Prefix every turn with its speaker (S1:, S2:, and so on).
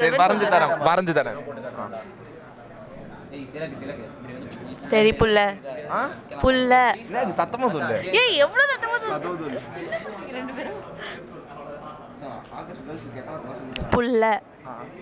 S1: சரி வரைஞ்சு தரேன் வரைஞ்சு தரேன்
S2: சரி புள்ள
S1: ஆ
S2: புள்ள
S1: என்ன இது சத்தமா சொல்லு
S2: ஏய் எவ்வளவு சத்தமா சொல்லு ரெண்டு பேரும் புள்ள